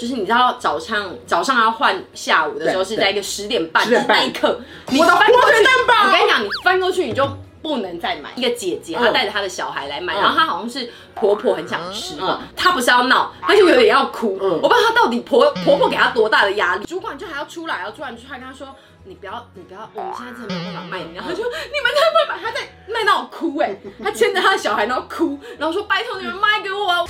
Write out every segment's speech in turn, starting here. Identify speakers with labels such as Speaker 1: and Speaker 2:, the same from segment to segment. Speaker 1: 就是你知道早上早上要换下午的时候
Speaker 2: 对
Speaker 1: 是在一个十点半，
Speaker 2: 10点半
Speaker 1: 那一刻，你
Speaker 2: 我的
Speaker 1: 翻过去
Speaker 2: 活水蛋堡
Speaker 1: 我跟你讲，你翻过去你就不能再买。一个姐姐她
Speaker 2: 嗯
Speaker 1: 带着她的小孩来买，
Speaker 2: 嗯
Speaker 1: 然后她好像是婆婆很想吃
Speaker 2: 嗯，
Speaker 1: 她不是要闹，她就有点要哭。
Speaker 2: 嗯
Speaker 1: 我不知道她到底婆婆婆给她多大的压力，主管就还要出来，然后主管就出来跟她说。你不要，你不要，我们现在真的没有办法卖你。然后她就你们真的会把她在卖到我哭哎、欸，她牵着她的小孩然后哭，然后说拜托你们卖给我
Speaker 2: 哎
Speaker 1: 啊，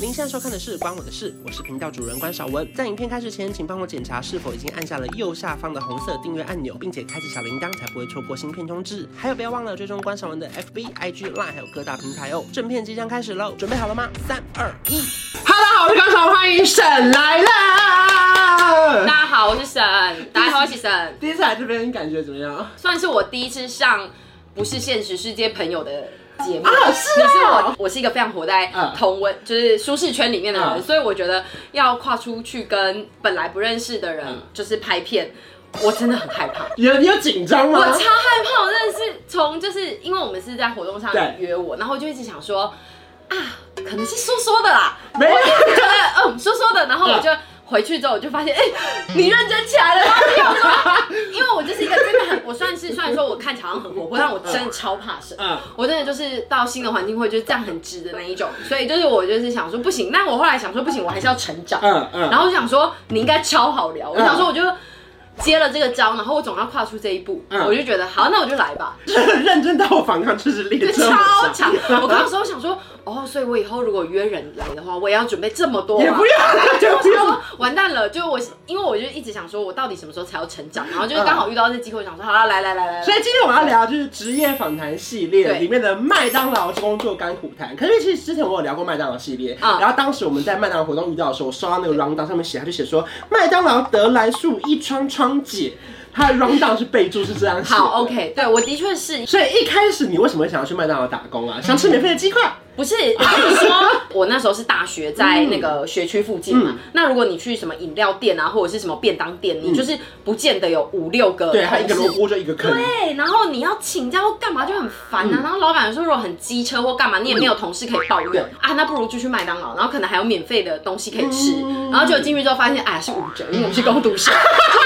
Speaker 3: 您现在收看的是《关我的事》，我是频道主人关少文。在影片开始前，请帮我检查是否已经按下了右下方的红色订阅按钮，并且开启小铃铛，才不会错过新片通知。还有，不要忘了追踪关少文的 FB、IG、Line，还有各大平台哦。正片即将开始喽，准备好了吗？三、二、一。
Speaker 2: 哈喽，好，我是高潮，欢迎沈来
Speaker 1: 大
Speaker 2: 啦！
Speaker 1: 家好，我是沈，大家好，我是沈。
Speaker 2: 第一次来这边感觉怎么样？啊，
Speaker 1: 算是我第一次上不是现实世界朋友的节目。
Speaker 2: 是
Speaker 1: 可是我
Speaker 2: 啊，，
Speaker 1: 我是一个非常活在
Speaker 2: 嗯
Speaker 1: 同温，就是舒适圈里面的人，
Speaker 2: 嗯
Speaker 1: 所以我觉得要跨出去跟本来不认识的人
Speaker 2: 嗯啊
Speaker 1: 就是拍片，我真的很害 怕。
Speaker 2: 有你有紧张
Speaker 1: 我
Speaker 2: 吗
Speaker 1: 超？害怕，我真的是从就是因为我们是在活动上
Speaker 2: 对
Speaker 1: 约我，然后我就一直想说啊，可能是说说的啦，
Speaker 2: 没有
Speaker 1: 我就觉得嗯说说的，然后我就回去之后我就发现，哎、你认真起来了，然后我就说， 因为我就是一个真的很，我算是虽然说我看起来好像很活泼，但我真的超怕生。
Speaker 2: 嗯，
Speaker 1: 我真的就是到新的环境会就是站很直的那一种，所以就是我就是想说不行，但我后来想说不行，我还是要成长，
Speaker 2: 嗯嗯
Speaker 1: 然后我想说你应该超好聊，我想说我就接了这个招，然后我总要跨出这一步，
Speaker 2: 嗯
Speaker 1: 我就觉得好，那我就来 吧，
Speaker 2: 认真到我反抗就是列
Speaker 1: 对，
Speaker 2: 车
Speaker 1: 超长。我刚
Speaker 2: 刚
Speaker 1: 刚时候想说，哦，所以我以后如果约人来的话，我也要准备这么多、啊，
Speaker 2: 也不要了，就不
Speaker 1: 我想
Speaker 2: 用
Speaker 1: 说完蛋了，就是我，因为我就一直想说，我到底什么时候才要成长？然后就是刚好遇到这机会，想说，好啦，来来来来，来
Speaker 2: 所以今天我们要聊就是职业访谈系列
Speaker 1: 呃对
Speaker 2: 里面的麦当劳工作甘苦谈。可是其实之前我有聊过麦当劳系列，
Speaker 1: 嗯
Speaker 2: 然后当时我们在麦当劳活动遇到的时候，我收到那个 round down 上面写，他就写说麦当劳得来速一窗窗姐，他的 round down 是备注是这样写的。
Speaker 1: 好，OK，对我的确是
Speaker 2: 所以一开始你为什么会想要去麦当劳打工
Speaker 1: 嗯
Speaker 2: 啊？想吃免费的鸡块？
Speaker 1: 不是，我跟你说，我那时候是大学在那个学区附近嘛。
Speaker 2: 嗯
Speaker 1: 那如果你去什么饮料店啊，或者是什么便当店，你就是不见得有五六个同事，
Speaker 2: 对，他一个萝卜就一个坑。
Speaker 1: 对，然后你要请假或干嘛就很烦啊。然后老板说，如果很机车或干嘛，你也没有同事可以抱
Speaker 2: 对
Speaker 1: 怨啊，那不如就去麦当劳，然后可能还有免费的东西可以吃。
Speaker 2: 嗯
Speaker 1: 然后就进去之后发现，哎，是五折，因为我们是工读生，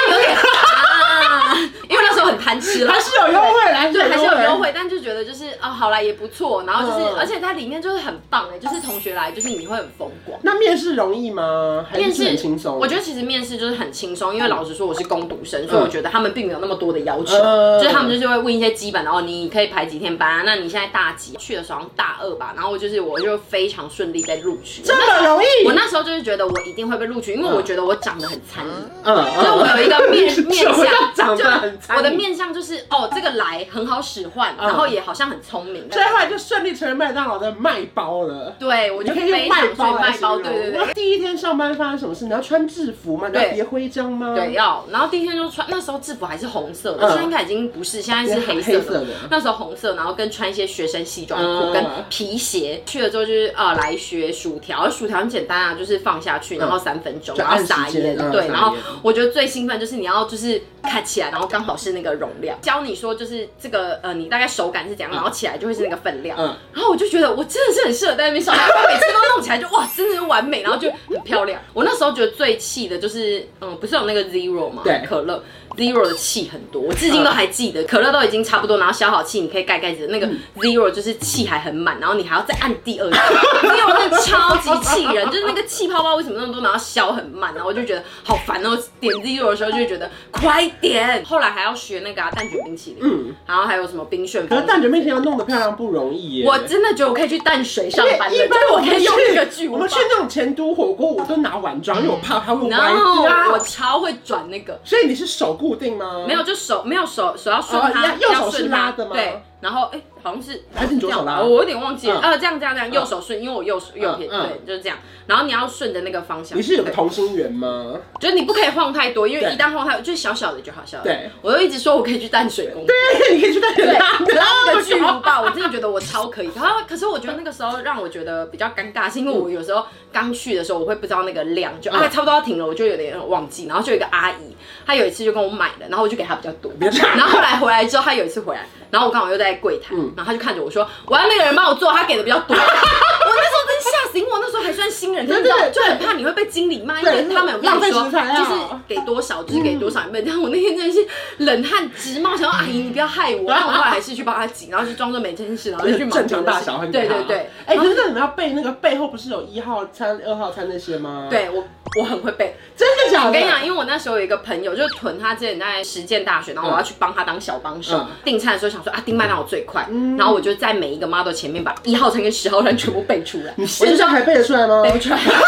Speaker 1: 就有点啊，因为那时候很贪吃了，
Speaker 2: 还是有优惠，还是
Speaker 1: 对，还是有优
Speaker 2: 惠。
Speaker 1: 惠，但就觉得就是啊，好啦，也不错。然后就是，
Speaker 2: 嗯
Speaker 1: 而且它里面就是很棒哎、就是同学来，就是你会很疯狂。
Speaker 2: 那面试容易吗？还
Speaker 1: 面
Speaker 2: 是
Speaker 1: 试
Speaker 2: 很轻松？
Speaker 1: 我觉得其实面试就是很轻松，因为老实说我是攻读生，所以我觉得他们并没有那么多的要求，
Speaker 2: 嗯
Speaker 1: 就是他们就是会问一些基本的哦，你可以排几天班啊？那你现在大几？去的时候好像大二吧，然后我就是我就非常顺利被录取。
Speaker 2: 这么容易。
Speaker 1: 我那时候就是觉得我一定会被录取，因为我觉得我长得很参与。
Speaker 2: 嗯，
Speaker 1: 所以我有一个面 面
Speaker 2: 手要
Speaker 1: 相，
Speaker 2: 长
Speaker 1: 就
Speaker 2: 得很残
Speaker 1: 我的面相就是哦，这个来很好使唤，
Speaker 2: 嗯
Speaker 1: 然后也好像很聪明。
Speaker 2: 所以后来就顺利成为麦当劳的卖包了。
Speaker 1: 对，我
Speaker 2: 你
Speaker 1: 就
Speaker 2: 可以用
Speaker 1: 非
Speaker 2: 卖
Speaker 1: 常
Speaker 2: 包
Speaker 1: 会
Speaker 2: 来
Speaker 1: 卖
Speaker 2: 形
Speaker 1: 包，
Speaker 2: 容。
Speaker 1: 对对对。
Speaker 2: 第一天上班发生什么事？你要穿制服吗？你要
Speaker 1: 对
Speaker 2: 别徽章吗？
Speaker 1: 对，。要，然后第一天就穿，那时候制服还是红色的，
Speaker 2: 嗯
Speaker 1: 现在应该已经不是，现在是黑色
Speaker 2: 黑
Speaker 1: 的。
Speaker 2: 色的
Speaker 1: 那时候红色，然后跟穿一些学生西装裤
Speaker 2: 嗯
Speaker 1: 跟皮鞋，去了之后就是呃来学薯条，薯条很简单啊，就是放下去，然后三分钟，
Speaker 2: 嗯就
Speaker 1: 然后
Speaker 2: 按时
Speaker 1: 撒
Speaker 2: 间
Speaker 1: 盐，
Speaker 2: 嗯
Speaker 1: 对，
Speaker 2: 撒
Speaker 1: 然后
Speaker 2: 盐
Speaker 1: 我觉得最兴奋就是你要就是看起来，然后刚好是那个容量，教你说就是这个呃你大概手感是怎样，然后起来就会是那个分量，
Speaker 2: 嗯
Speaker 1: 然后我就觉得我真的是很适合在那边上班，我每次都弄起来就哇，真的是完美，然后就很漂亮。我那时候觉得最气的就是，嗯，不是有那个 Zero 吗？
Speaker 2: 对
Speaker 1: 可乐 Zero 的气很多，我至今都还记得，可乐都已经差不多，然后消好气，你可以盖盖子的那个
Speaker 2: 嗯
Speaker 1: Zero 就是气还很满，然后你还要再按第二个 Zero，真的超级气人，就是那个气泡泡为什么那么多，然后消很慢，然后我就觉得好烦哦。点 Zero 的时候就会觉得快点，后来还要学那个、啊、蛋卷冰淇淋，
Speaker 2: 嗯，
Speaker 1: 然后还有什么冰旋
Speaker 2: 可
Speaker 1: 风
Speaker 2: 是。蛋卷面前要弄得漂亮不容易耶。
Speaker 1: 我真的觉得我可以去淡水上班了，
Speaker 2: 因为一
Speaker 1: 就
Speaker 2: 般
Speaker 1: 是我
Speaker 2: 们
Speaker 1: 可以用
Speaker 2: 去
Speaker 1: 这个剧，
Speaker 2: 我们去那种前都火锅，我都拿碗装，因为我
Speaker 1: 嗯
Speaker 2: 怕它会歪
Speaker 1: 然后我
Speaker 2: 掉。
Speaker 1: 超会转那个，
Speaker 2: 所以你是手固定吗？
Speaker 1: 没有，就手没有手手要顺
Speaker 2: 哦
Speaker 1: 它，
Speaker 2: 右手
Speaker 1: 要顺
Speaker 2: 是拉
Speaker 1: 它
Speaker 2: 的吗
Speaker 1: 对，然后哎，好像是
Speaker 2: 还是你左手拉
Speaker 1: 这样我有点忘记了，
Speaker 2: 嗯
Speaker 1: 呃，这样这样这样，右手顺，因为我右手右撇，
Speaker 2: 嗯
Speaker 1: 对，就是这样。然后你要顺着那个方向，
Speaker 2: 你是有
Speaker 1: 对
Speaker 2: 同心圆吗？
Speaker 1: 就是你不可以晃太多，因为
Speaker 2: 对
Speaker 1: 一旦晃太多，就是小小的就好笑。小的
Speaker 2: 对，
Speaker 1: 我就一直说我可以去淡水工作。
Speaker 2: 对，你可以去蛋卷
Speaker 1: 对，
Speaker 2: 拉
Speaker 1: 然后那个巨无
Speaker 2: 高
Speaker 1: 霸，我真的觉得我超可以。然后，可是我觉得那个时候让我觉得比较尴尬，是因为我有时候刚去的时候，我会不知道那个量，就
Speaker 2: 嗯
Speaker 1: 啊差不多要停了，我就有点忘记。然后就有一个阿姨，她有一次就跟我买了，然后我就给她比较多。
Speaker 2: 别这样
Speaker 1: 然后后来回来之后，她有一次回来，然后我刚好又在柜台，
Speaker 2: 嗯
Speaker 1: 然后他就看着我说，我要那个人帮我做，他给的比较多。我 那时候真吓死，因为我那时候还算新人，真的
Speaker 2: 对对
Speaker 1: 就很怕你会被经理骂，因
Speaker 2: 对
Speaker 1: 为他们有跟
Speaker 2: 浪
Speaker 1: 你
Speaker 2: 费
Speaker 1: 说
Speaker 2: 食材啊
Speaker 1: 就是给多少就是给多少一份。但我那天真的是冷汗直冒，想说阿姨你不要害 我。但我后来还是去帮他挤，然后就装作没这件事，然后就去忙
Speaker 2: 正
Speaker 1: 别
Speaker 2: 常
Speaker 1: 的
Speaker 2: 大
Speaker 1: 事
Speaker 2: 小很
Speaker 1: 对对对，
Speaker 2: 哎，可是那你们要背那个背后不是有一号餐、二号餐那些吗？，
Speaker 1: 对我我很会背。
Speaker 2: 真的假的？
Speaker 1: 我跟你讲，因为我那时候有一个朋友，就是屯，他之前在实践大学，然后我要去帮他当小帮手、
Speaker 2: 嗯
Speaker 1: 订餐的时候，想说啊订麦当劳最快，然后我就在每一个 model 前面把一号餐跟十号餐全部背出来，
Speaker 2: 你
Speaker 1: 我就
Speaker 2: 现
Speaker 1: 说
Speaker 2: 在还背得出来吗？
Speaker 1: 背不出来，烦你了，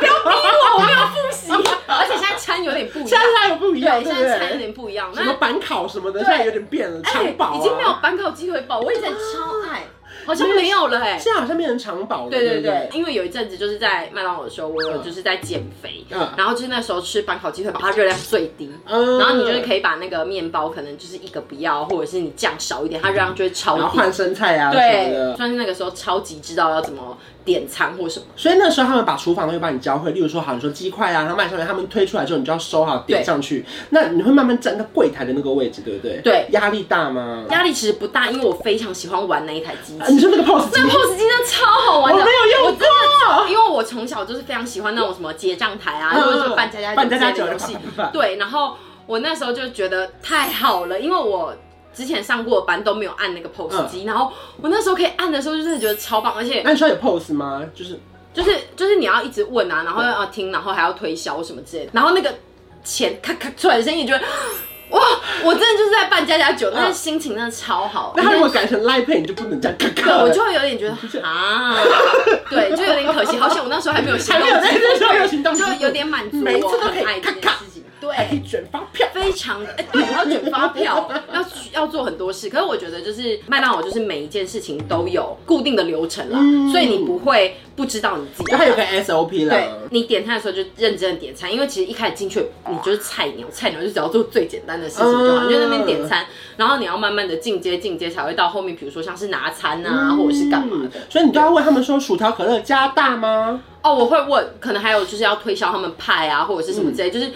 Speaker 1: 不要逼我，我没有复习， 而且现在餐有点不一
Speaker 2: 现
Speaker 1: 样
Speaker 2: 在，还有不一样，
Speaker 1: 对，
Speaker 2: 对
Speaker 1: 现
Speaker 2: 不
Speaker 1: 在餐有
Speaker 2: 对？
Speaker 1: 点不一样，
Speaker 2: 什
Speaker 1: 那
Speaker 2: 么板烤什么的，现在有点变了，
Speaker 1: 哎
Speaker 2: 长堡啊
Speaker 1: 已经没有板烤鸡腿堡，我以前超爱， 好像没有了哎、
Speaker 2: 现在好像变成长堡了，
Speaker 1: 对对
Speaker 2: 对
Speaker 1: 对
Speaker 2: 不，
Speaker 1: 因为有一阵子就是在麦当劳的时候，我有
Speaker 2: 嗯
Speaker 1: 就是在减肥，
Speaker 2: 嗯
Speaker 1: 然后就是那时候吃板烤鸡腿堡，它热量最低，
Speaker 2: 嗯
Speaker 1: 然后你就是可以把那个面包可能就是一个不要，或者是你酱少一点，它热量就会超
Speaker 2: 然后
Speaker 1: 低。
Speaker 2: 换生菜啊什么
Speaker 1: 对，
Speaker 2: 的。
Speaker 1: 算是那个时候超级知道要怎么点餐或什么。
Speaker 2: 所以那时候他们把厨房都会帮你教会，例如说好，你说鸡块啊，然后卖上来，他们推出来之后，你就要收好点
Speaker 1: 对
Speaker 2: 上去。那你会慢慢站到柜台的那个位置，对不对？
Speaker 1: 对
Speaker 2: 压力大吗？
Speaker 1: 压力其实不大，因为我非常喜欢玩那一台机
Speaker 2: 啊你
Speaker 1: 器。
Speaker 2: 说那个 pose 机
Speaker 1: 那 POS 机真的超好玩的，
Speaker 2: 我没有用
Speaker 1: 我真的，因为我从小就是非常喜欢那种什么结账台啊，
Speaker 2: 嗯
Speaker 1: 或者是扮家家
Speaker 2: 扮
Speaker 1: 酒
Speaker 2: 家
Speaker 1: 之
Speaker 2: 家
Speaker 1: 类
Speaker 2: 酒
Speaker 1: 的游戏
Speaker 2: 啪啪啪啪。
Speaker 1: 对，然后我那时候就觉得太好了，因为我。之前上过的班都没有按那
Speaker 2: 嗯
Speaker 1: 个 POS 机，然后我那时候可以按的时候，就是觉得超棒，而且
Speaker 2: 那你说有 pose 吗？就是
Speaker 1: 就是就是你要一直问啊，然后要听，然后还要推销什么之类的，然后那个钱咔咔出来的声音，你就会哇，我真的就是在办家家酒，但是心情真的超好。
Speaker 2: 嗯那他如果改成 Line Pay，你就不能这样 咔
Speaker 1: 对，
Speaker 2: 咔了。
Speaker 1: 我就会有 点觉得啊，对，就有点可惜，好险我那时候还没有行
Speaker 2: 还
Speaker 1: 动
Speaker 2: 没有在
Speaker 1: 支
Speaker 2: 那时候
Speaker 1: 付
Speaker 2: 有行动支
Speaker 1: 就
Speaker 2: 付
Speaker 1: 有点满足
Speaker 2: 每一
Speaker 1: 我
Speaker 2: 次都可以
Speaker 1: 很爱这件事情，
Speaker 2: 还可
Speaker 1: 对
Speaker 2: 以。卷发票。
Speaker 1: 非常哎、对，要卷发 票，要要做很多事。可是我觉得，就是麦当劳，就是每一件事情都有固定的流程啦，
Speaker 2: 嗯
Speaker 1: 所以你不会不知道你自己
Speaker 2: 就
Speaker 1: 要
Speaker 2: 它有个 SOP 啦。
Speaker 1: 对你点餐的时候就认真的点餐，因为其实一开始进去你就是菜鸟，菜鸟就只要做最简单的事情就好，
Speaker 2: 嗯
Speaker 1: 你就在那边点餐，然后你要慢慢的进阶进阶才会到后面，比如说像是拿餐啊，或者是干嘛的
Speaker 2: 嗯。所以你都要问他们说，薯条可乐加大吗？
Speaker 1: 哦，我会问，可能还有就是要推销他们派啊，或者是什么
Speaker 2: 嗯
Speaker 1: 之类，就是。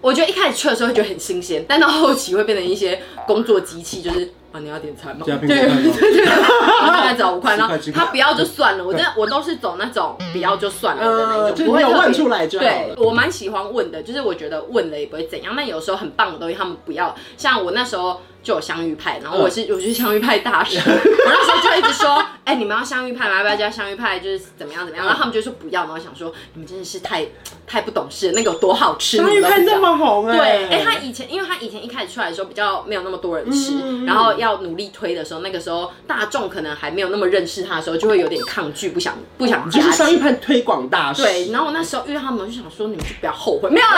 Speaker 1: 我觉得一开始去的时候会觉得很新鲜，但到后期会变成一些工作机器，就是啊你要点餐吗？
Speaker 2: 对啊苹
Speaker 1: 对
Speaker 2: 果派吗
Speaker 1: 对对，对然后大概只要五块，
Speaker 2: 十块
Speaker 1: 然后
Speaker 2: 十块嗯
Speaker 1: 他不要就算了，我真的我都是走那种不要就算了的那
Speaker 2: 呃，
Speaker 1: 种，
Speaker 2: 就是
Speaker 1: 不
Speaker 2: 你
Speaker 1: 会
Speaker 2: 有
Speaker 1: 特别
Speaker 2: 问出来就好
Speaker 1: 对
Speaker 2: 了，。
Speaker 1: 我蛮喜欢问的，就是我觉得问了也不会怎样。那有时候很棒的东西他们不要，像我那时候就有香芋派，然后
Speaker 2: 嗯
Speaker 1: 我是、我是香芋派大 师，我那时候就一直说，哎、你们要香芋派吗？要不要加香芋派？就是怎么样怎么样？
Speaker 2: 嗯
Speaker 1: 然后他们就说不要，然后想说你们真的是太太不懂事了，那个有多好吃，
Speaker 2: 商
Speaker 1: 你
Speaker 2: 誉
Speaker 1: 们都不
Speaker 2: 派
Speaker 1: 知道
Speaker 2: 那么红
Speaker 1: 对，
Speaker 2: 哎、
Speaker 1: 哎、他以前，因为他以前一开始出来的时候比较没有那么多人吃，
Speaker 2: 嗯
Speaker 1: 然后要努力推的时候，那个时候大众可能还没有那么认识他的时候，就会有点抗拒，不想不想
Speaker 2: 你
Speaker 1: 加
Speaker 2: 就是
Speaker 1: 进
Speaker 2: 商誉派推广大使。
Speaker 1: 对，然后我那时候遇到他们，我就想说你们就不要后悔，没有 啦，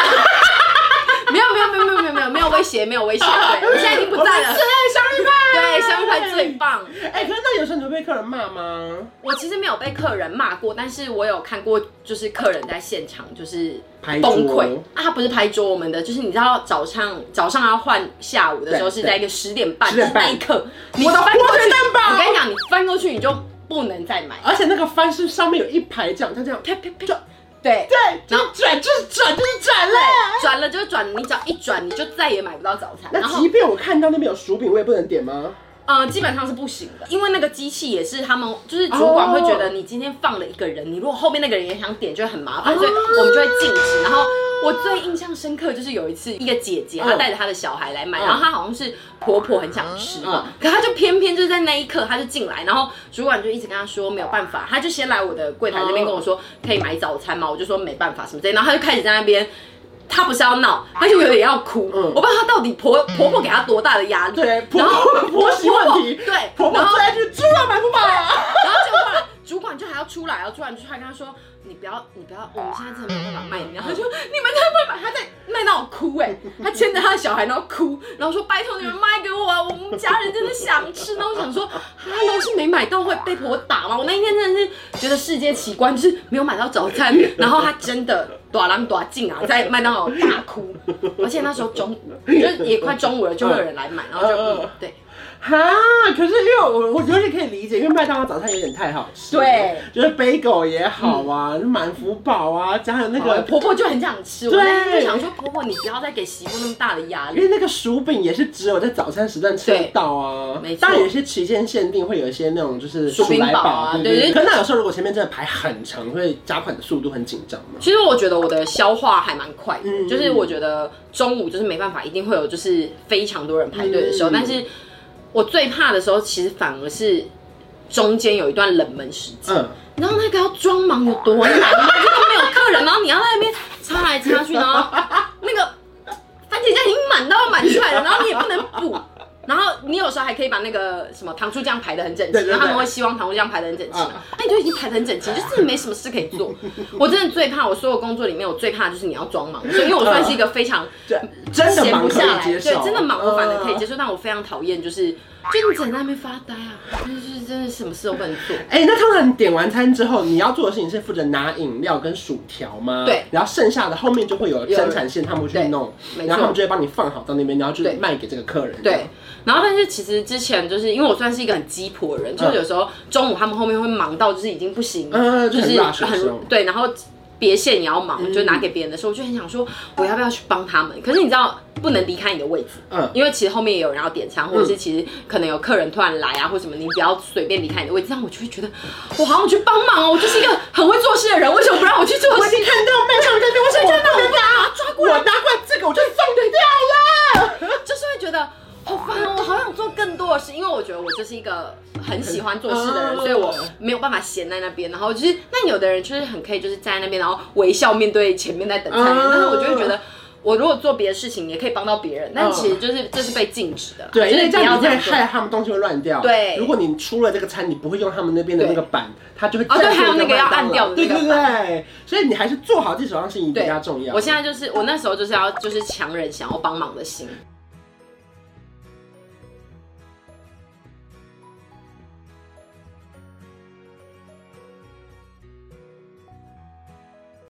Speaker 1: 没有没有没有没有没有没有没有威胁，没有威胁，对，我现在已经不在了
Speaker 2: 我们最。爱商誉派。
Speaker 1: 对，香芋派最棒。
Speaker 2: 哎、可是那有时候你会被客人骂吗？
Speaker 1: 我其实没有被客人骂过，但是我有看过，就是客人在现场就是
Speaker 2: 拍桌
Speaker 1: 崩溃啊，他不是拍桌我们的，就是你知道早上早上要换下午的时候
Speaker 2: 对
Speaker 1: 是在一个十点半，
Speaker 2: 10点半
Speaker 1: 那一刻，你
Speaker 2: 我的
Speaker 1: 翻
Speaker 2: 火
Speaker 1: 过
Speaker 2: 腿
Speaker 1: 去，
Speaker 2: 蛋堡
Speaker 1: 我跟你讲，你翻过去你就不能再买，
Speaker 2: 而且那个翻是上面有一排这样，它这样，
Speaker 1: 啪啪啪
Speaker 2: 就
Speaker 1: 对
Speaker 2: 对，
Speaker 1: 然
Speaker 2: 就
Speaker 1: 后
Speaker 2: 是转，就是转，就是转嘞。
Speaker 1: 转了就转，你只要一转你就再也买不到早餐，然
Speaker 2: 那
Speaker 1: 后
Speaker 2: 即便我看到那边有薯饼，我也不能点吗？
Speaker 1: 呃，基本上是不行的，因为那个机器也是他们，就是主管会觉得你今天放了一个人，你如果后面那个人也想点，就会很麻
Speaker 2: 哦
Speaker 1: 烦，所以我们就会禁止。然后我最印象深刻就是有一次，一个姐姐她
Speaker 2: 嗯
Speaker 1: 带着她的小孩来买，
Speaker 2: 嗯
Speaker 1: 然后她好像是婆婆很想吃嘛
Speaker 2: 嗯，
Speaker 1: 可她就偏偏就是在那一刻她就进来，然后主管就一直跟她说没有办法，她就先来我的柜台那边跟我说可以买早餐吗？我就说没办法什么之类的，然后她就开始在那边。她不是要闹，她就有点要哭。
Speaker 2: 嗯
Speaker 1: 我不知道她到底婆婆婆给她多大的压力。
Speaker 2: 对，婆
Speaker 1: 然
Speaker 2: 婆
Speaker 1: 后
Speaker 2: 婆媳问题，
Speaker 1: 婆婆对
Speaker 2: 婆婆
Speaker 1: 然后
Speaker 2: 最爱去猪肉买不饱啊。
Speaker 1: 然后结果后来主管就还要出来，然后主管就出来跟他说：“你不要，你不要，我们现在真的没有办法卖饮料。”他说：“你们才不会买。”他在麦当劳哭哎、他牵着他的小孩然后哭，然后说：“拜托你们卖给我啊，我们家人真的想吃。”然后我想说，他都是没买到会被婆打吗？我那一天真的是觉得世界奇观，就是没有买到早餐，然后他真的短狼短进啊，在麦当劳大哭，而且那时候中午就是也快中午了，就会有人来买，然后就、嗯、对。
Speaker 2: 哈，可是因为我我觉得可以理解，因为麦当劳早餐有点太好吃，
Speaker 1: 对，
Speaker 2: 就是 bagel 也好啊，满福堡啊，加上那
Speaker 1: 我
Speaker 2: 个
Speaker 1: 婆婆就很想吃，我
Speaker 2: 对
Speaker 1: 那天就想说，婆婆你不要再给媳妇那么大的压
Speaker 2: 因
Speaker 1: 力。
Speaker 2: 为那个薯饼也是只有在早餐时段吃得到啊，
Speaker 1: 对没错
Speaker 2: 当然有些期间限定会有一些那种就是
Speaker 1: 薯饼
Speaker 2: 来
Speaker 1: 堡啊
Speaker 2: 对
Speaker 1: 对对
Speaker 2: 可那有时候如果前面真的排很长，会加款的速度很紧张嘛。
Speaker 1: 其实我觉得我的消化还蛮快的，
Speaker 2: 嗯
Speaker 1: 就是我觉得中午就是没办法，一定会有就是非常多人排队的时候，
Speaker 2: 嗯
Speaker 1: 但是我最怕的时候，其实反而是中间有一段冷门时间。
Speaker 2: 嗯，
Speaker 1: 然后那个要装忙有多难啊，就是都没有客人，然后你要在那边插来插去，然后那个番茄酱已经满到要满出来了，然后你也不能补。然后你有时候还可以把那个什么糖醋酱排的很整齐，
Speaker 2: 对对对
Speaker 1: 然后他们会希望糖醋酱排的很整齐嘛
Speaker 2: 啊，
Speaker 1: 那、你就已经排的很整齐，就真的没什么事可以做。我真的最怕，我所有工作里面我最怕就是你要装忙，所以因为我算是一个非常
Speaker 2: 对， 真的
Speaker 1: 闲
Speaker 2: 忙
Speaker 1: 不
Speaker 2: 可
Speaker 1: 下
Speaker 2: 以
Speaker 1: 来，
Speaker 2: 接
Speaker 1: 对，
Speaker 2: 受，嗯
Speaker 1: 真的忙我反而可以接
Speaker 2: 受。
Speaker 1: 受，但我非常讨厌就是就你只能在那边发呆啊，就是真的什么事都不能做。
Speaker 2: 哎、那通常你点完餐之后，你要做的事情是负责拿饮料跟薯条吗？
Speaker 1: 对
Speaker 2: 然后剩下的后面就会有
Speaker 1: 有
Speaker 2: 生产线，他们会去
Speaker 1: 对
Speaker 2: 弄，
Speaker 1: 没错
Speaker 2: 然后他们就会帮你放好到那边，然后就是
Speaker 1: 对
Speaker 2: 卖给这个客人。
Speaker 1: 对，然后但是其实之前就是因为我算是一个很鸡婆的人，就是有时候中午他们后面会忙到就是已经不行，
Speaker 2: 嗯就
Speaker 1: 就
Speaker 2: 很
Speaker 1: 是
Speaker 2: rush 嗯的时候
Speaker 1: 很对，然后别线也要忙，就拿给别人的时候，我就很想说我要不要去帮他们？可是你知道不能离开你的位置，
Speaker 2: 嗯，
Speaker 1: 因为其实后面也有人要点餐，或者是其实可能有客人突然来啊，或什么，你不要随便离开你的位置，这样我就会觉得我好想去帮忙哦，我就是一个很会做事的人，为什么不让我去做
Speaker 2: 我已
Speaker 1: 事
Speaker 2: 经？看到麦上在给我
Speaker 1: 我
Speaker 2: 身
Speaker 1: 就觉
Speaker 2: 上
Speaker 1: 得我不拿抓过
Speaker 2: 我
Speaker 1: 来
Speaker 2: 拿过来这个我就送给掉了。
Speaker 1: 就是会觉得好烦哦，我好想做更多的事，因为我觉得我就是一个很喜欢做事的人，
Speaker 2: 嗯
Speaker 1: 所以我没有办法闲在那边。然后就是，那有的人就是很可以，就是站在那边，然后微笑面对前面在等餐的人
Speaker 2: 嗯，
Speaker 1: 但是我就会觉得。我如果做别的事情也可以帮到别人，但其实就是这是被禁止的啦，
Speaker 2: 对，因
Speaker 1: 就是
Speaker 2: 为
Speaker 1: 不
Speaker 2: 这样
Speaker 1: 要
Speaker 2: 你
Speaker 1: 这
Speaker 2: 会
Speaker 1: 样做。
Speaker 2: 害他们东西会乱掉。
Speaker 1: 对
Speaker 2: 如果你出了这个餐，你不会用他们那边的那个板，它就会
Speaker 1: 哦对
Speaker 2: 占据
Speaker 1: 还有那个要
Speaker 2: 麦当劳
Speaker 1: 按掉的那
Speaker 2: 对
Speaker 1: 个
Speaker 2: 对
Speaker 1: 板
Speaker 2: 对，所以你还是做好自己手上的事情比较重要。
Speaker 1: 我现在就是我那时候就是要就是强忍想要帮忙的心，